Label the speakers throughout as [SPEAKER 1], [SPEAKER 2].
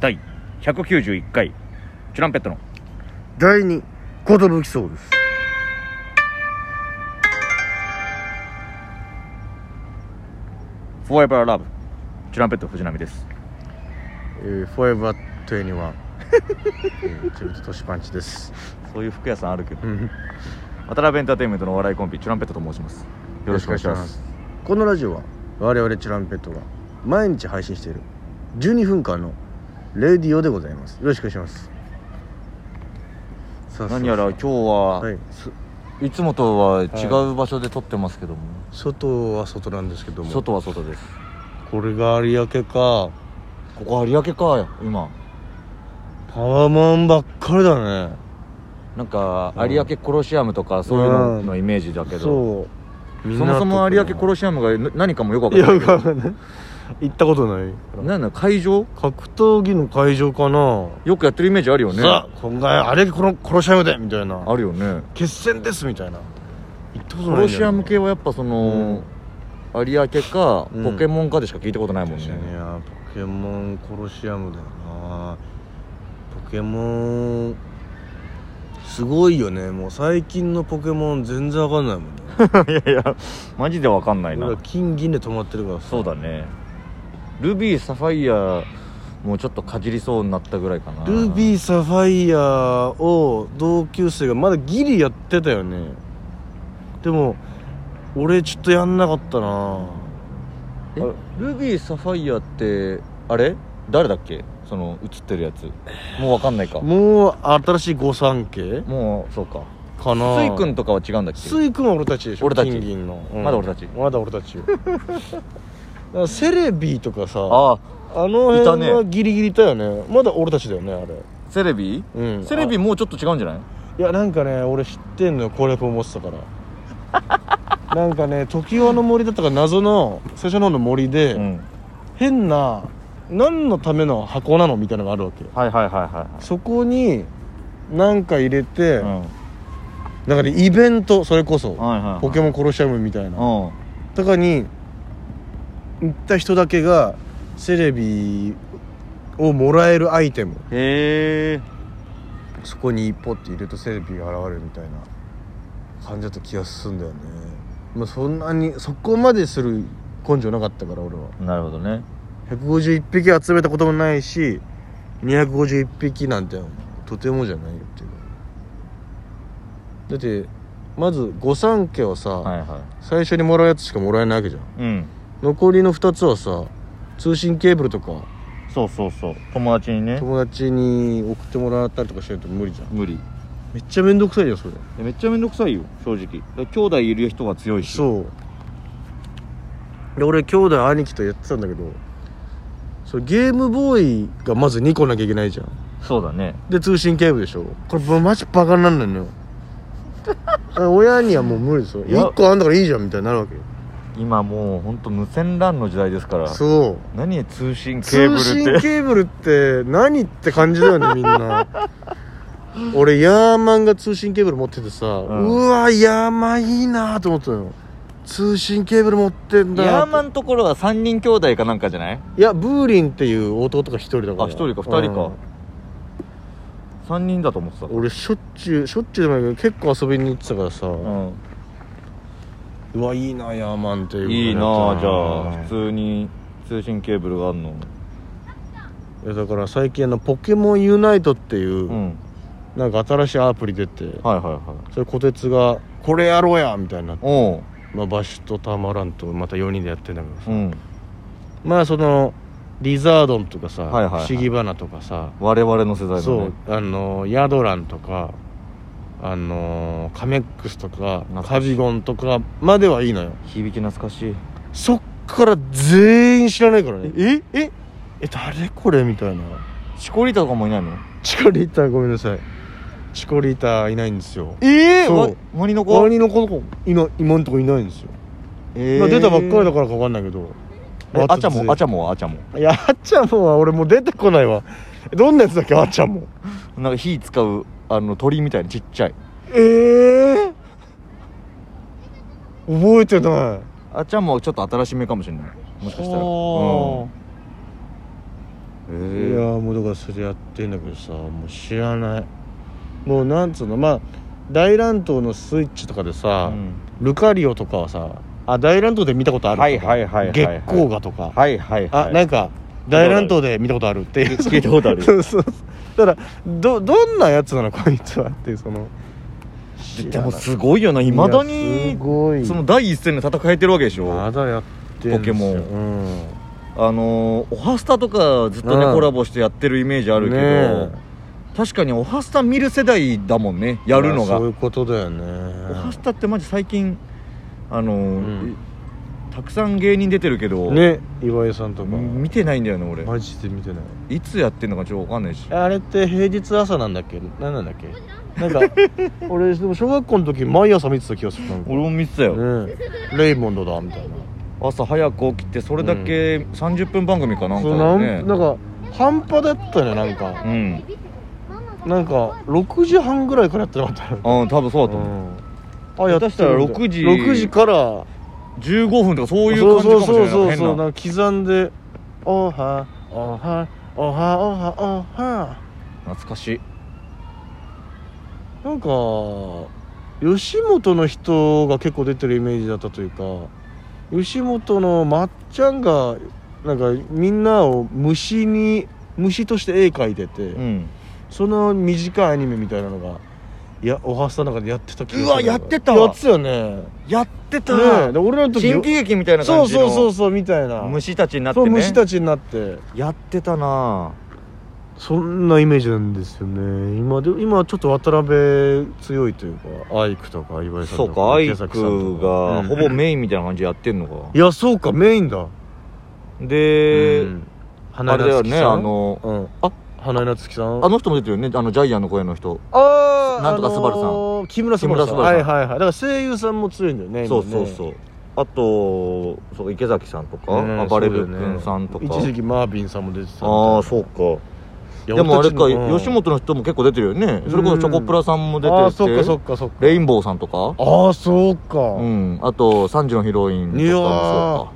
[SPEAKER 1] 第191回チュランペットの
[SPEAKER 2] 第二ことぶきそうです
[SPEAKER 1] 「フォーエバーラブ」チュランペット藤波です
[SPEAKER 2] えー、フォーエバー21えー中途年パンチです
[SPEAKER 1] そういう服屋さんあるけど
[SPEAKER 2] うんよ
[SPEAKER 1] 渡辺エンターテインメントのお笑いコンビチュランペットと申しますよろしくお願いします
[SPEAKER 2] このラジオは我々チュランペットが毎日配信している12分間のレディオでございますよろしくお願いしますさあ
[SPEAKER 1] 何やら
[SPEAKER 2] さあ
[SPEAKER 1] 今日は、
[SPEAKER 2] はい
[SPEAKER 1] すい、つもとは違う場所で撮ってますけども、
[SPEAKER 2] 外は外なんですけども
[SPEAKER 1] 外は外です
[SPEAKER 2] これが有明か
[SPEAKER 1] ここ有明か今
[SPEAKER 2] パワーマンばっかりだね
[SPEAKER 1] なんか
[SPEAKER 2] うん
[SPEAKER 1] 有明コロシアムとかそういうののイメージだけど、
[SPEAKER 2] そう
[SPEAKER 1] そもそも有明コロ
[SPEAKER 2] し
[SPEAKER 1] シアムがな何かもよくわか
[SPEAKER 2] い
[SPEAKER 1] ん
[SPEAKER 2] や
[SPEAKER 1] ない
[SPEAKER 2] わかんない行ったことない
[SPEAKER 1] なんだ会場
[SPEAKER 2] 格闘技の会場かな、
[SPEAKER 1] よくやってるイメージあるよね
[SPEAKER 2] さあ今回あれこの殺し合いでみたいな
[SPEAKER 1] あるよね
[SPEAKER 2] 決戦ですみたいな行ったこと
[SPEAKER 1] コ
[SPEAKER 2] ないんだよな
[SPEAKER 1] ロシアム系はやっぱその、有明か
[SPEAKER 2] うん
[SPEAKER 1] ポケモンかでしか聞いたことないもんね、
[SPEAKER 2] 確かになポケモンコロシアムだよなポケモンすごいよねもう最近のポケモン全然わかんないもん
[SPEAKER 1] い
[SPEAKER 2] ね
[SPEAKER 1] やいやマジでわかんない
[SPEAKER 2] 俺ら
[SPEAKER 1] な
[SPEAKER 2] 金銀で止まってるからさ
[SPEAKER 1] そうだねルビーサファイアもうちょっとかじりそうになったぐらいかな
[SPEAKER 2] ルビーサファイアを同級生がまだギリやってたよねでも俺ちょっとやんなかったな
[SPEAKER 1] えルビーサファイアってあれ誰だっけその映ってるやつもうわかんないか
[SPEAKER 2] もう新しい御三家
[SPEAKER 1] もうそうか
[SPEAKER 2] かな
[SPEAKER 1] スイ君とかは違うんだっけ
[SPEAKER 2] スイ君は俺たちでしょ
[SPEAKER 1] 俺たち
[SPEAKER 2] 金銀の、
[SPEAKER 1] まだ俺たち
[SPEAKER 2] まだ俺た ちよだからセレビーとかさあ
[SPEAKER 1] ああ
[SPEAKER 2] の
[SPEAKER 1] いた
[SPEAKER 2] 辺
[SPEAKER 1] ね
[SPEAKER 2] はギリギリいたよねまだ俺たちだよねあれ
[SPEAKER 1] セレビ
[SPEAKER 2] うん
[SPEAKER 1] セレビ
[SPEAKER 2] あ
[SPEAKER 1] もうちょっと違うんじゃない
[SPEAKER 2] いやなんかね俺知ってんのよ攻略を持ってたから なんかね常盤の森だったか謎の最初の方の森で、
[SPEAKER 1] うん
[SPEAKER 2] 変な何のための箱なのみたいなのがあるわけよ
[SPEAKER 1] はいはいはいは
[SPEAKER 2] そこになんか入れて、
[SPEAKER 1] いはいうん
[SPEAKER 2] なんかねイベントそれこ
[SPEAKER 1] は
[SPEAKER 2] そ、
[SPEAKER 1] いはいはい
[SPEAKER 2] ポケモンコロシアムみたい
[SPEAKER 1] う
[SPEAKER 2] な、
[SPEAKER 1] ん
[SPEAKER 2] とかに行った人だけがセレビをもらえるアイテム
[SPEAKER 1] へえ
[SPEAKER 2] そこにポッて入れるとセレビが現れるみたいな感じだった気がするんだよねまあそんなにそこまでする根性なかったから俺は
[SPEAKER 1] なるほどね
[SPEAKER 2] 151匹集めたこともないし251匹なんてとてもじゃないよっていうだってまず御三家はさ、
[SPEAKER 1] はいは
[SPEAKER 2] 最初にもらうやつしかもらえないわけじゃん
[SPEAKER 1] いうん
[SPEAKER 2] 残りの2つはさ通信ケーブルとか
[SPEAKER 1] そうそうそう友達にね
[SPEAKER 2] 友達に送ってもらったりとかしないと無理じゃん
[SPEAKER 1] 無理
[SPEAKER 2] めっちゃ面倒くさいよそれ
[SPEAKER 1] めっちゃ面倒くさいよ正直だから兄弟いる人が強いし
[SPEAKER 2] そうで俺兄弟兄貴とやってたんだけどそれゲームボーイがまず2個なきゃいけないじゃん
[SPEAKER 1] そうだね
[SPEAKER 2] で通信ケーブルでしょこれもうマジバカになんない のよ親にはもう無理ですよ
[SPEAKER 1] いや
[SPEAKER 2] 1個あんだからいいじゃんみたいになるわけよ
[SPEAKER 1] 今もう本当無線 LAN の時代ですから
[SPEAKER 2] そう
[SPEAKER 1] 何通信ケーブ
[SPEAKER 2] 通
[SPEAKER 1] ル
[SPEAKER 2] 信
[SPEAKER 1] って
[SPEAKER 2] ケーブルって何って感じだよねみ んな俺ヤーマンが通信ケーブル持っててさ、うんわヤーマンいいなと思ったよ通信ケーブル持ってんだ
[SPEAKER 1] ヤーマ
[SPEAKER 2] ン
[SPEAKER 1] ンところが3人兄弟かなんかじゃない
[SPEAKER 2] いやブーリンっていう弟が一人だから
[SPEAKER 1] あ一人か二人か、三3人だと思ってた
[SPEAKER 2] うん俺しょっちゅうしょっちゅうでもないけど結構遊びに行ってたからさ、う
[SPEAKER 1] う
[SPEAKER 2] わいいなヤーマンっていうこと
[SPEAKER 1] ん
[SPEAKER 2] に
[SPEAKER 1] いいな
[SPEAKER 2] っ
[SPEAKER 1] あ
[SPEAKER 2] た
[SPEAKER 1] じゃあ普通に通信ケーブルがあるの
[SPEAKER 2] いやだから最近あのポケモンユナイトっていう、
[SPEAKER 1] うん
[SPEAKER 2] なんか新しいアプリ出て
[SPEAKER 1] はいはいはい
[SPEAKER 2] それこてつが「これやろうや!」みたいになって
[SPEAKER 1] おう
[SPEAKER 2] まあ、バシュとタマランとまた4人でやってんだけどさ、
[SPEAKER 1] うん
[SPEAKER 2] まあそのリザードンとかさ、
[SPEAKER 1] はいはいはい
[SPEAKER 2] 不思議花とかさ、
[SPEAKER 1] 我々の世代
[SPEAKER 2] そ
[SPEAKER 1] の
[SPEAKER 2] う
[SPEAKER 1] ね
[SPEAKER 2] あのヤドランとかあのカメックスとか
[SPEAKER 1] 懐かしい
[SPEAKER 2] カビゴンとかまではいいのよ
[SPEAKER 1] 響き懐かしい
[SPEAKER 2] そっから全員知らないからね
[SPEAKER 1] ええ
[SPEAKER 2] え誰これみたいな
[SPEAKER 1] チコリータとかもいないの
[SPEAKER 2] チコリータごめんなさいチコリータいないんですよ
[SPEAKER 1] え
[SPEAKER 2] そう
[SPEAKER 1] わワニの子
[SPEAKER 2] 周りの子とかいない今んとこいないんですよ、
[SPEAKER 1] え
[SPEAKER 2] まあ、出たばっかりだ
[SPEAKER 1] か
[SPEAKER 2] からかわかんないけど
[SPEAKER 1] あちゃもあち
[SPEAKER 2] ゃ
[SPEAKER 1] ゃもはあちゃも
[SPEAKER 2] いやあっちゃんもは俺もう出てこないわどんなやつだっけあっちゃんも
[SPEAKER 1] なんか火使うあの鳥みたいなちっちゃい
[SPEAKER 2] ええ覚えてない
[SPEAKER 1] あちゃんもちょっと新しめかもしれないもしかしたら
[SPEAKER 2] あー
[SPEAKER 1] うん
[SPEAKER 2] いやーもうだからそれやってんだけどさもう知らないもうなんつうのまあ大乱闘のスイッチとかでさ、ルカリオとかはさあ大乱闘で見たことあるとか
[SPEAKER 1] はいはいはいはいはい
[SPEAKER 2] 月光がとか、
[SPEAKER 1] はいはいはい
[SPEAKER 2] あなんか大乱闘で見たことあるっていう
[SPEAKER 1] 聞いたことある
[SPEAKER 2] そうそうそうだからどどんなやつなのこいつはっていうその
[SPEAKER 1] でもすごいよないまだ
[SPEAKER 2] いやす
[SPEAKER 1] に
[SPEAKER 2] ごい
[SPEAKER 1] その第一線で戦えてるわけでしょ
[SPEAKER 2] まだやってんすよ
[SPEAKER 1] ポケモン
[SPEAKER 2] うん
[SPEAKER 1] あのーオハスタとかずっと
[SPEAKER 2] うん
[SPEAKER 1] ねコラボしてやってるイメージあるけど、
[SPEAKER 2] ね
[SPEAKER 1] 確かにオハスタ見る世代だもんねやるの
[SPEAKER 2] ま
[SPEAKER 1] が、
[SPEAKER 2] あそういうことだよね
[SPEAKER 1] オハスタってマジ最近あのー
[SPEAKER 2] ん
[SPEAKER 1] たくさん芸人出てるけど、
[SPEAKER 2] ね岩井さんとか
[SPEAKER 1] 見てないんだよね俺
[SPEAKER 2] マジで見てない
[SPEAKER 1] いつやってんのかちょっとわかんないし
[SPEAKER 2] えあれって平日朝なんだっけ何なんだ っけなんか俺でも小学校の時毎朝見てた気がするなんか
[SPEAKER 1] 俺も見てたよ、
[SPEAKER 2] ねレイモンドだみたいな
[SPEAKER 1] 朝早く起きてそれだけ30分番組かなんか
[SPEAKER 2] そう
[SPEAKER 1] だ
[SPEAKER 2] な
[SPEAKER 1] よ
[SPEAKER 2] ん
[SPEAKER 1] ね
[SPEAKER 2] なんか半端だったねなんか
[SPEAKER 1] うん、
[SPEAKER 2] なんか6時半ぐらいからやってなかった
[SPEAKER 1] あ多分そうだと思う、
[SPEAKER 2] うんあや
[SPEAKER 1] や
[SPEAKER 2] っ
[SPEAKER 1] ってて
[SPEAKER 2] た
[SPEAKER 1] た
[SPEAKER 2] ら
[SPEAKER 1] ら
[SPEAKER 2] 6
[SPEAKER 1] 6
[SPEAKER 2] 時
[SPEAKER 1] 時
[SPEAKER 2] 6時から
[SPEAKER 1] 15分とかそういう感じかもしれない
[SPEAKER 2] そうそうそうそう
[SPEAKER 1] 変な
[SPEAKER 2] なんか刻んで「おはおはおはおはおは
[SPEAKER 1] 懐かしい」
[SPEAKER 2] なんか吉本の人が結構出てるイメージだったというか吉本のまっちゃんがなんかみんなを虫に虫として絵描いてて、
[SPEAKER 1] うん
[SPEAKER 2] その短いアニメみたいなのがいやおはスタの中でやってた気がする
[SPEAKER 1] うわやってたわ
[SPEAKER 2] やってたよね
[SPEAKER 1] やってた、
[SPEAKER 2] ねえで俺らの時
[SPEAKER 1] 新喜劇みたいな
[SPEAKER 2] そ
[SPEAKER 1] 感
[SPEAKER 2] う
[SPEAKER 1] じの
[SPEAKER 2] そうそうそうみたいな
[SPEAKER 1] 虫たちになって
[SPEAKER 2] そう
[SPEAKER 1] ね
[SPEAKER 2] 虫たちになって
[SPEAKER 1] やってたな
[SPEAKER 2] そんなイメージなんですよね今で今ちょっと渡辺強いというかアイクとか岩井さん
[SPEAKER 1] そ
[SPEAKER 2] と
[SPEAKER 1] うかアイ
[SPEAKER 2] 池崎さんと
[SPEAKER 1] ク
[SPEAKER 2] か
[SPEAKER 1] が
[SPEAKER 2] うん
[SPEAKER 1] ほぼメインみたいな感じでやってんのか
[SPEAKER 2] いやそうかメインだ
[SPEAKER 1] で、
[SPEAKER 2] うん花
[SPEAKER 1] あ
[SPEAKER 2] 井
[SPEAKER 1] れだよ
[SPEAKER 2] 夏樹
[SPEAKER 1] ね
[SPEAKER 2] さん
[SPEAKER 1] あの
[SPEAKER 2] うん
[SPEAKER 1] あ
[SPEAKER 2] 花井夏樹さん
[SPEAKER 1] あの人も出てるよねあのジャイアンの声の人
[SPEAKER 2] あー
[SPEAKER 1] なんとかスバルさん
[SPEAKER 2] のー木村昴さん
[SPEAKER 1] 木村昴さん
[SPEAKER 2] はいはいはいだから声優さんも強いんだよね
[SPEAKER 1] そうそうそううあとそう池崎さんとか、
[SPEAKER 2] ね
[SPEAKER 1] 暴れ
[SPEAKER 2] そ
[SPEAKER 1] る
[SPEAKER 2] うだよね
[SPEAKER 1] 君さんとか、
[SPEAKER 2] 一時期マービンさんも出てた
[SPEAKER 1] ああそうか
[SPEAKER 2] いや
[SPEAKER 1] でもあ
[SPEAKER 2] 俺
[SPEAKER 1] れ
[SPEAKER 2] た
[SPEAKER 1] か
[SPEAKER 2] ちのうん
[SPEAKER 1] 吉本の人も結構出てるよねそれこそチョコプラさんも出て
[SPEAKER 2] あ
[SPEAKER 1] る
[SPEAKER 2] あ
[SPEAKER 1] し
[SPEAKER 2] そっかそっかそっか
[SPEAKER 1] レインボーさんとか
[SPEAKER 2] ああそうか、
[SPEAKER 1] うんあと3時のヒロインとかも
[SPEAKER 2] いや
[SPEAKER 1] そう
[SPEAKER 2] ー
[SPEAKER 1] か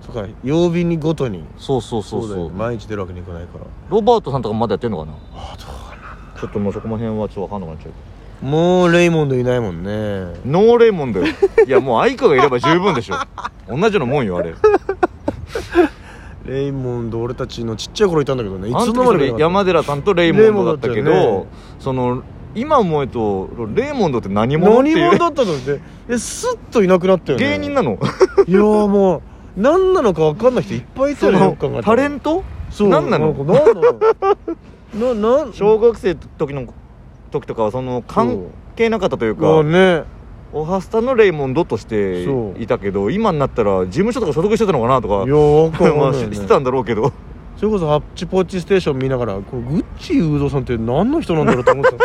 [SPEAKER 2] そっか曜日にごとに
[SPEAKER 1] そうそうそうそう
[SPEAKER 2] だよね毎日出るわけにいかないから
[SPEAKER 1] ロバートさんとかもまだやってんのかな
[SPEAKER 2] あどうか
[SPEAKER 1] ちょっともうそこら辺はちょっと分かんなくなっちゃう
[SPEAKER 2] なもうレイモンドいないもんね
[SPEAKER 1] ノーレモンだよいやもう愛花がいれば十分 でしょ同じのもんよあれ
[SPEAKER 2] レイモンド俺たちのちっちゃい頃いたんだけどねい
[SPEAKER 1] あ
[SPEAKER 2] つ
[SPEAKER 1] の
[SPEAKER 2] の間にかい
[SPEAKER 1] 時それ
[SPEAKER 2] なかった
[SPEAKER 1] 山寺さんとレイモンドだったけ
[SPEAKER 2] レイモンドだったよ
[SPEAKER 1] ど
[SPEAKER 2] ね
[SPEAKER 1] その今思えとレイモンドって何者って
[SPEAKER 2] 何
[SPEAKER 1] い
[SPEAKER 2] 者
[SPEAKER 1] う
[SPEAKER 2] だったのってえスッといなくなったよ ね
[SPEAKER 1] 芸人な の
[SPEAKER 2] いやーもう何なのか分かんない人いっぱいいた
[SPEAKER 1] そ
[SPEAKER 2] よねよ
[SPEAKER 1] の
[SPEAKER 2] く考えたら
[SPEAKER 1] タレント
[SPEAKER 2] そう
[SPEAKER 1] 何なの
[SPEAKER 2] んか何なのなな ん
[SPEAKER 1] 小学生の時の時とかはその関係なかったというか
[SPEAKER 2] そうね
[SPEAKER 1] オハスタのレイモンドとして
[SPEAKER 2] そう
[SPEAKER 1] いたけど今になったら事務所とか所属してたのかなと
[SPEAKER 2] いや
[SPEAKER 1] か
[SPEAKER 2] 分かん
[SPEAKER 1] まあ
[SPEAKER 2] ない
[SPEAKER 1] し
[SPEAKER 2] よね
[SPEAKER 1] してたんだろうけど
[SPEAKER 2] それこそハッチポッチステーション見ながらこれグッチー有働さんって何の人なんだろうと思ってた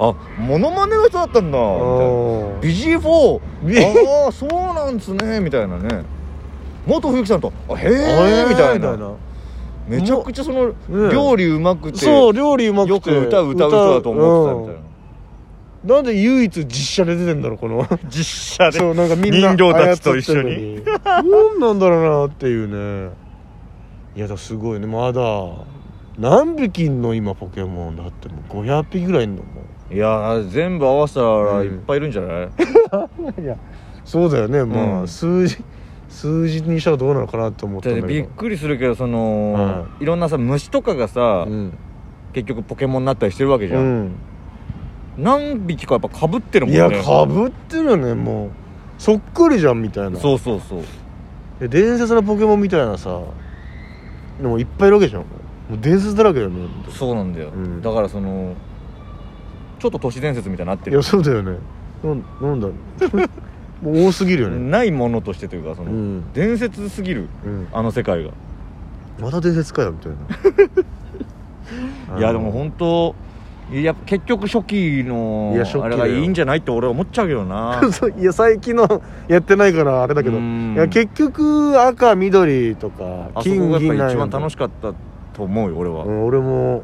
[SPEAKER 1] あモノマネの人だったんだみたいな
[SPEAKER 2] あ
[SPEAKER 1] ビジー4
[SPEAKER 2] ビ
[SPEAKER 1] ああそうなんですねみたいなね元冬木さんと「あへえ」みたいなめちゃくちゃその
[SPEAKER 2] うん
[SPEAKER 1] 料理うまくて
[SPEAKER 2] そう料理うまくて
[SPEAKER 1] よく歌う歌う人だと思ってたみたいな
[SPEAKER 2] な、うんなんで唯一実写で出てんだろうこ の
[SPEAKER 1] 実写
[SPEAKER 2] そうなんかみんな
[SPEAKER 1] 人形たちと一緒に
[SPEAKER 2] 操ってんのに何なんだろうなっていうねいやだすごいねまだ何匹いんの今ポケモンだってもう500匹ぐらいいんのも
[SPEAKER 1] いやー全部合わせたら
[SPEAKER 2] うん
[SPEAKER 1] いっぱいいるんじゃない、
[SPEAKER 2] ういやそうだよねまあ、
[SPEAKER 1] うん
[SPEAKER 2] 数字数字にしたらどうなのかなと思ったん
[SPEAKER 1] だっ
[SPEAKER 2] だ
[SPEAKER 1] て
[SPEAKER 2] けど
[SPEAKER 1] びっくりするけどその、いろんなさ虫とかがさ、
[SPEAKER 2] うん、
[SPEAKER 1] 結局ポケモンになったりしてるわけじゃ、
[SPEAKER 2] うんん
[SPEAKER 1] 何匹かやっぱかぶってるもん
[SPEAKER 2] い
[SPEAKER 1] ね
[SPEAKER 2] やかぶってるよねもうそっくりじゃんみたいな
[SPEAKER 1] そうそうそう
[SPEAKER 2] で伝説のポケモンみたいなさでもいっぱいいるわけじゃんもう伝説だらけだよね
[SPEAKER 1] そうなんだよ、
[SPEAKER 2] うん
[SPEAKER 1] だからそのちょっと都市伝説みたいになって
[SPEAKER 2] い
[SPEAKER 1] る
[SPEAKER 2] やそうだよねなんなんだろう もう多すぎるよね
[SPEAKER 1] ないものとしてというかそ
[SPEAKER 2] うん
[SPEAKER 1] の、、伝説すぎる
[SPEAKER 2] うん
[SPEAKER 1] あの世界が、
[SPEAKER 2] また伝説かよみたい な
[SPEAKER 1] いやでも本当いや結局初期の
[SPEAKER 2] いや初期
[SPEAKER 1] あ
[SPEAKER 2] だよ
[SPEAKER 1] れがいいんじゃないって俺は思っちゃうけどな
[SPEAKER 2] そういや最近のやってないからあれだけど
[SPEAKER 1] うん
[SPEAKER 2] いや結局赤緑とか
[SPEAKER 1] あそこ
[SPEAKER 2] 金
[SPEAKER 1] がや
[SPEAKER 2] 銀
[SPEAKER 1] っぱり
[SPEAKER 2] なん
[SPEAKER 1] 一
[SPEAKER 2] よ
[SPEAKER 1] 番楽しかったと思うよ俺は、
[SPEAKER 2] うん俺も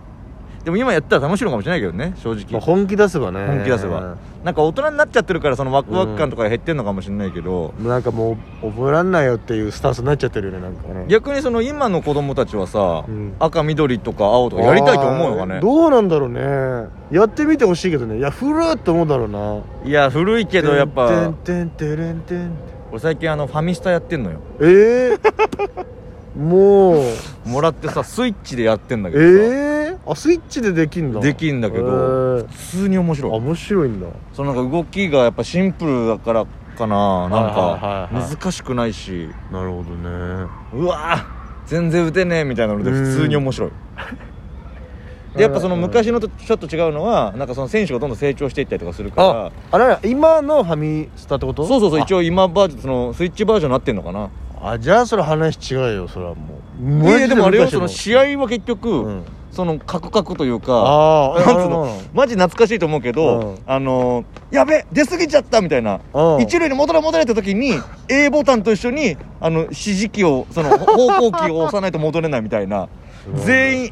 [SPEAKER 1] でも今やったら楽しいのかもしれないけどね正
[SPEAKER 2] まあ
[SPEAKER 1] 直
[SPEAKER 2] 本気出せばね
[SPEAKER 1] 本気出せばなんか大人になっちゃってるからそのワクワク感とかが減ってんのかもしれないけど、
[SPEAKER 2] なんかもう覚えらんないよっていうスタンスになっちゃってるよねなんかね
[SPEAKER 1] 逆にその今の子供たちはさ、
[SPEAKER 2] うん
[SPEAKER 1] 赤緑とか青とかやりたいと思うのか
[SPEAKER 2] あー
[SPEAKER 1] ね
[SPEAKER 2] どうなんだろうねやってみてほしいけどねいや古ーって思うだろうない
[SPEAKER 1] や古いけどやっぱ
[SPEAKER 2] てんてんてれんてんてん
[SPEAKER 1] 俺最近あのファミスタやってんのよ
[SPEAKER 2] ええ もう
[SPEAKER 1] もらってさスイッチでやってんだけどさ、
[SPEAKER 2] ええあスイッチでできんだ
[SPEAKER 1] できんだけど
[SPEAKER 2] えー
[SPEAKER 1] 普通に面
[SPEAKER 2] あ
[SPEAKER 1] 白い
[SPEAKER 2] 面白いんだ
[SPEAKER 1] そのなんか動きがやっぱシンプルだからかななん
[SPEAKER 2] は
[SPEAKER 1] か
[SPEAKER 2] いはいはいはい
[SPEAKER 1] 難しくないし
[SPEAKER 2] なるほどね
[SPEAKER 1] うわー全然打てねえみたいなので
[SPEAKER 2] うん
[SPEAKER 1] 普通に面 白いでやっぱその昔のとちょっと違うのはなんかその選手がどんどん成長していったりとかするから
[SPEAKER 2] ああれ今のファミスタってこと
[SPEAKER 1] そうそうそう
[SPEAKER 2] あ
[SPEAKER 1] 一応今バージョンそのスイッチバージョンになってんのかな
[SPEAKER 2] あじゃあそれ話違うよそれはもう
[SPEAKER 1] いやでもあれよ
[SPEAKER 2] マジ
[SPEAKER 1] その
[SPEAKER 2] 昔
[SPEAKER 1] 試合は結局、
[SPEAKER 2] うん
[SPEAKER 1] そのカクカクというか
[SPEAKER 2] あー
[SPEAKER 1] な
[SPEAKER 2] え
[SPEAKER 1] んつ
[SPEAKER 2] あ
[SPEAKER 1] う
[SPEAKER 2] れな
[SPEAKER 1] のマジ懐かしいと思うけど、
[SPEAKER 2] うん
[SPEAKER 1] あのーやべ出過ぎちゃったみたいな、
[SPEAKER 2] うん
[SPEAKER 1] 一塁に戻ら戻られた時に A ボタンと一緒にあの指示器をその方向キーを押さないと戻れないみたいな
[SPEAKER 2] うん
[SPEAKER 1] 全員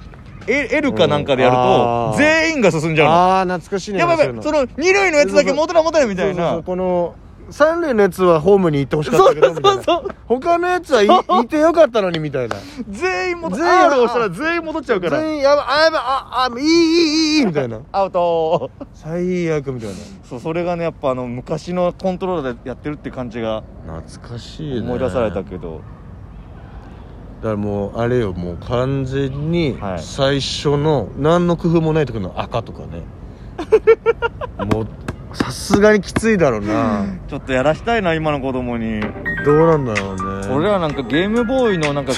[SPEAKER 1] L, L かなんかでやる
[SPEAKER 2] うんあ
[SPEAKER 1] と
[SPEAKER 2] ー
[SPEAKER 1] 全員が進んじゃう
[SPEAKER 2] ああ懐かしい
[SPEAKER 1] の
[SPEAKER 2] ね
[SPEAKER 1] やばいやばいその二塁のやつだけ戻ら戻れみたい
[SPEAKER 2] そうそうそう
[SPEAKER 1] な
[SPEAKER 2] この三塁のやつはホームに行ってほしかったけどみたいな
[SPEAKER 1] そうそう
[SPEAKER 2] 他のやつはい、いてよかったのにみたいな
[SPEAKER 1] 全員戻
[SPEAKER 2] 全員
[SPEAKER 1] R を押したら全員戻っちゃうから
[SPEAKER 2] 全員やばいあやばいああいいいいいいいいみたいな
[SPEAKER 1] アウト
[SPEAKER 2] 最悪みたい
[SPEAKER 1] そうそれがねやっぱあの昔のコントローラーでやってるって感じが
[SPEAKER 2] な懐かしいね
[SPEAKER 1] 思い出された
[SPEAKER 2] だか
[SPEAKER 1] けど、
[SPEAKER 2] らもうあれよもう完全に
[SPEAKER 1] はい
[SPEAKER 2] 最初の何の工夫もない時の赤とか ねもうさすがにきついだろうな
[SPEAKER 1] ちょっとやらしたいな今の子供に、
[SPEAKER 2] どうなんだろうね
[SPEAKER 1] 俺らなんかゲームボーイのなんか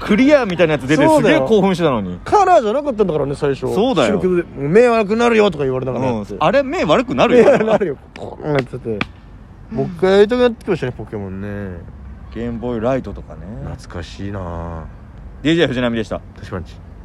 [SPEAKER 1] クリアみたいなやつ出て
[SPEAKER 2] そ
[SPEAKER 1] す
[SPEAKER 2] うだ
[SPEAKER 1] げ
[SPEAKER 2] よ
[SPEAKER 1] え興奮してたのに
[SPEAKER 2] カラーじゃなかったんだからね最初
[SPEAKER 1] そうだよ
[SPEAKER 2] 白黒でもう目悪くなるよとか言われながらやっ
[SPEAKER 1] う
[SPEAKER 2] て
[SPEAKER 1] ん、あれ目悪くなる
[SPEAKER 2] 目
[SPEAKER 1] よ
[SPEAKER 2] 悪くなるよこうやっててもう一回やりたくなってきましたねポケモンね
[SPEAKER 1] ゲームボーイライトとかね
[SPEAKER 2] 懐かしいなぁ
[SPEAKER 1] DJ 藤波でした
[SPEAKER 2] 確かに